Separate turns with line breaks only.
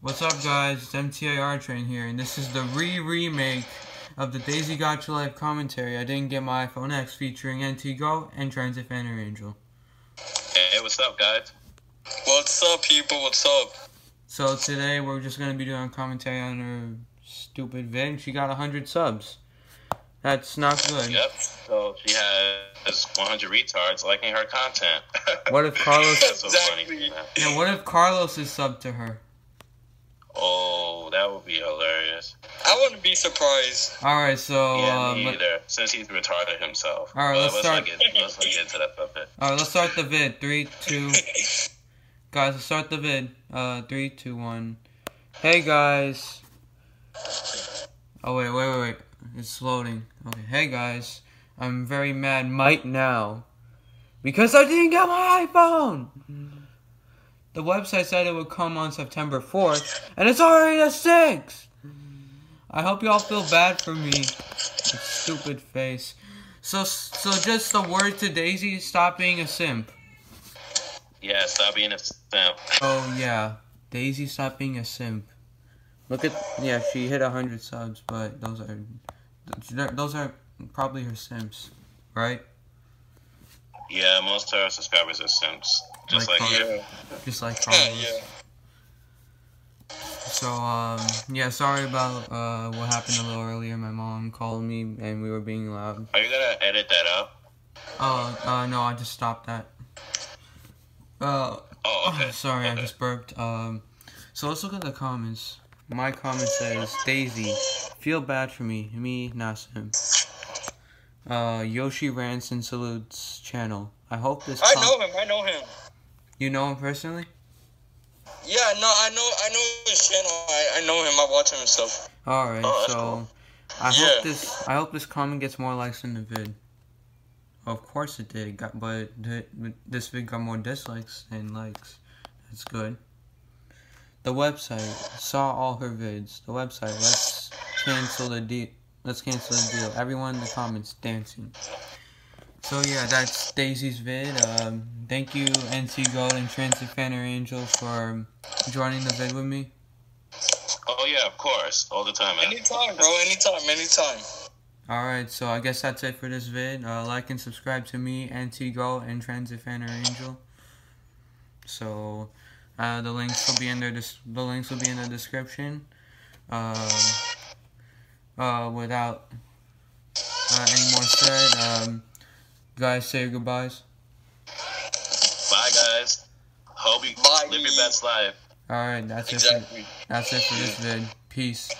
What's up, guys? It's MTAR Train here, and this is the re remake of the Daisy Gotcha Live commentary. I didn't get my iPhone X featuring NT Go and Transit Fanner Angel.
Hey, what's up, guys?
What's up, people? What's up?
So today we're just gonna be doing commentary on her stupid vid. She got hundred subs. That's not good.
Yep. So she has 100 retards liking her content.
What if Carlos?
That's so funny.
Exactly.
Yeah, what if Carlos is sub to her?
Oh, that would be hilarious.
I wouldn't be surprised.
All right, so
yeah,
uh,
me
let-
either. Since he's retarded himself.
All right,
But
let's start.
Not get, let's not get to that subject.
All right, let's start the vid. Three, two, guys, let's start the vid. Uh, three, two, one. Hey guys. Oh wait, wait, wait, wait. It's loading. Okay, hey guys. I'm very mad right now because I didn't get my iPhone. The website said it would come on September 4th, and it's already the 6th. I hope y'all feel bad for me. Stupid face. So, so just a word to Daisy: stop being a simp.
Yeah, stop being a simp.
Oh yeah, Daisy, stop being a simp. Look at yeah, she hit hundred subs, but those are th- those are probably her simps, right?
Yeah, most of our subscribers are simps. Just
Like
like,
Carlos.
you.
Just like
Yeah,
Carlos.
Oh, yeah.
So um yeah, sorry about uh what happened a little earlier. My mom called me and we were being loud.
Are you gonna edit that out?
Oh uh, no, I just stopped that. Uh
Oh, okay.
Oh, sorry, I
Okay.
just burped. Um, so let's look at the comments. My comment says Daisy, feel bad for me. Me, Nasim. Uh, Yoshi rants and salutes channel. I hope this.
I
com-
know him. I know him.
You know him personally.
Yeah, no, I know. I know his channel. I, I know him. I watch him and stuff.
All right,
Oh, that's
so
cool.
I
Yeah.
hope this. I hope this comment gets more likes than the vid. Of course it did, got, but th- this vid got more dislikes than likes. That's good. The website saw all her vids. The website. Let's cancel the deal. Let's cancel the deal. Everyone in the comments dancing. So yeah, that's Daisy's vid. Um, thank you, NC Gold and Transit Fanner Angel for joining the vid with me.
Oh yeah, of course, all the time. man.
Anytime, bro. Anytime. Anytime.
Alright, so I guess that's it for this vid. Uh, like and subscribe to me, Antigo, and Transit Fan or Angel. So, uh, the links will be in their des- the links will be in the description. Um, uh, without uh, any more said, um, guys, say your goodbyes.
Bye, guys. Hope you
Bye.
live your best life.
Alright, that's it. For,
Exactly.
that's it for this vid. Peace.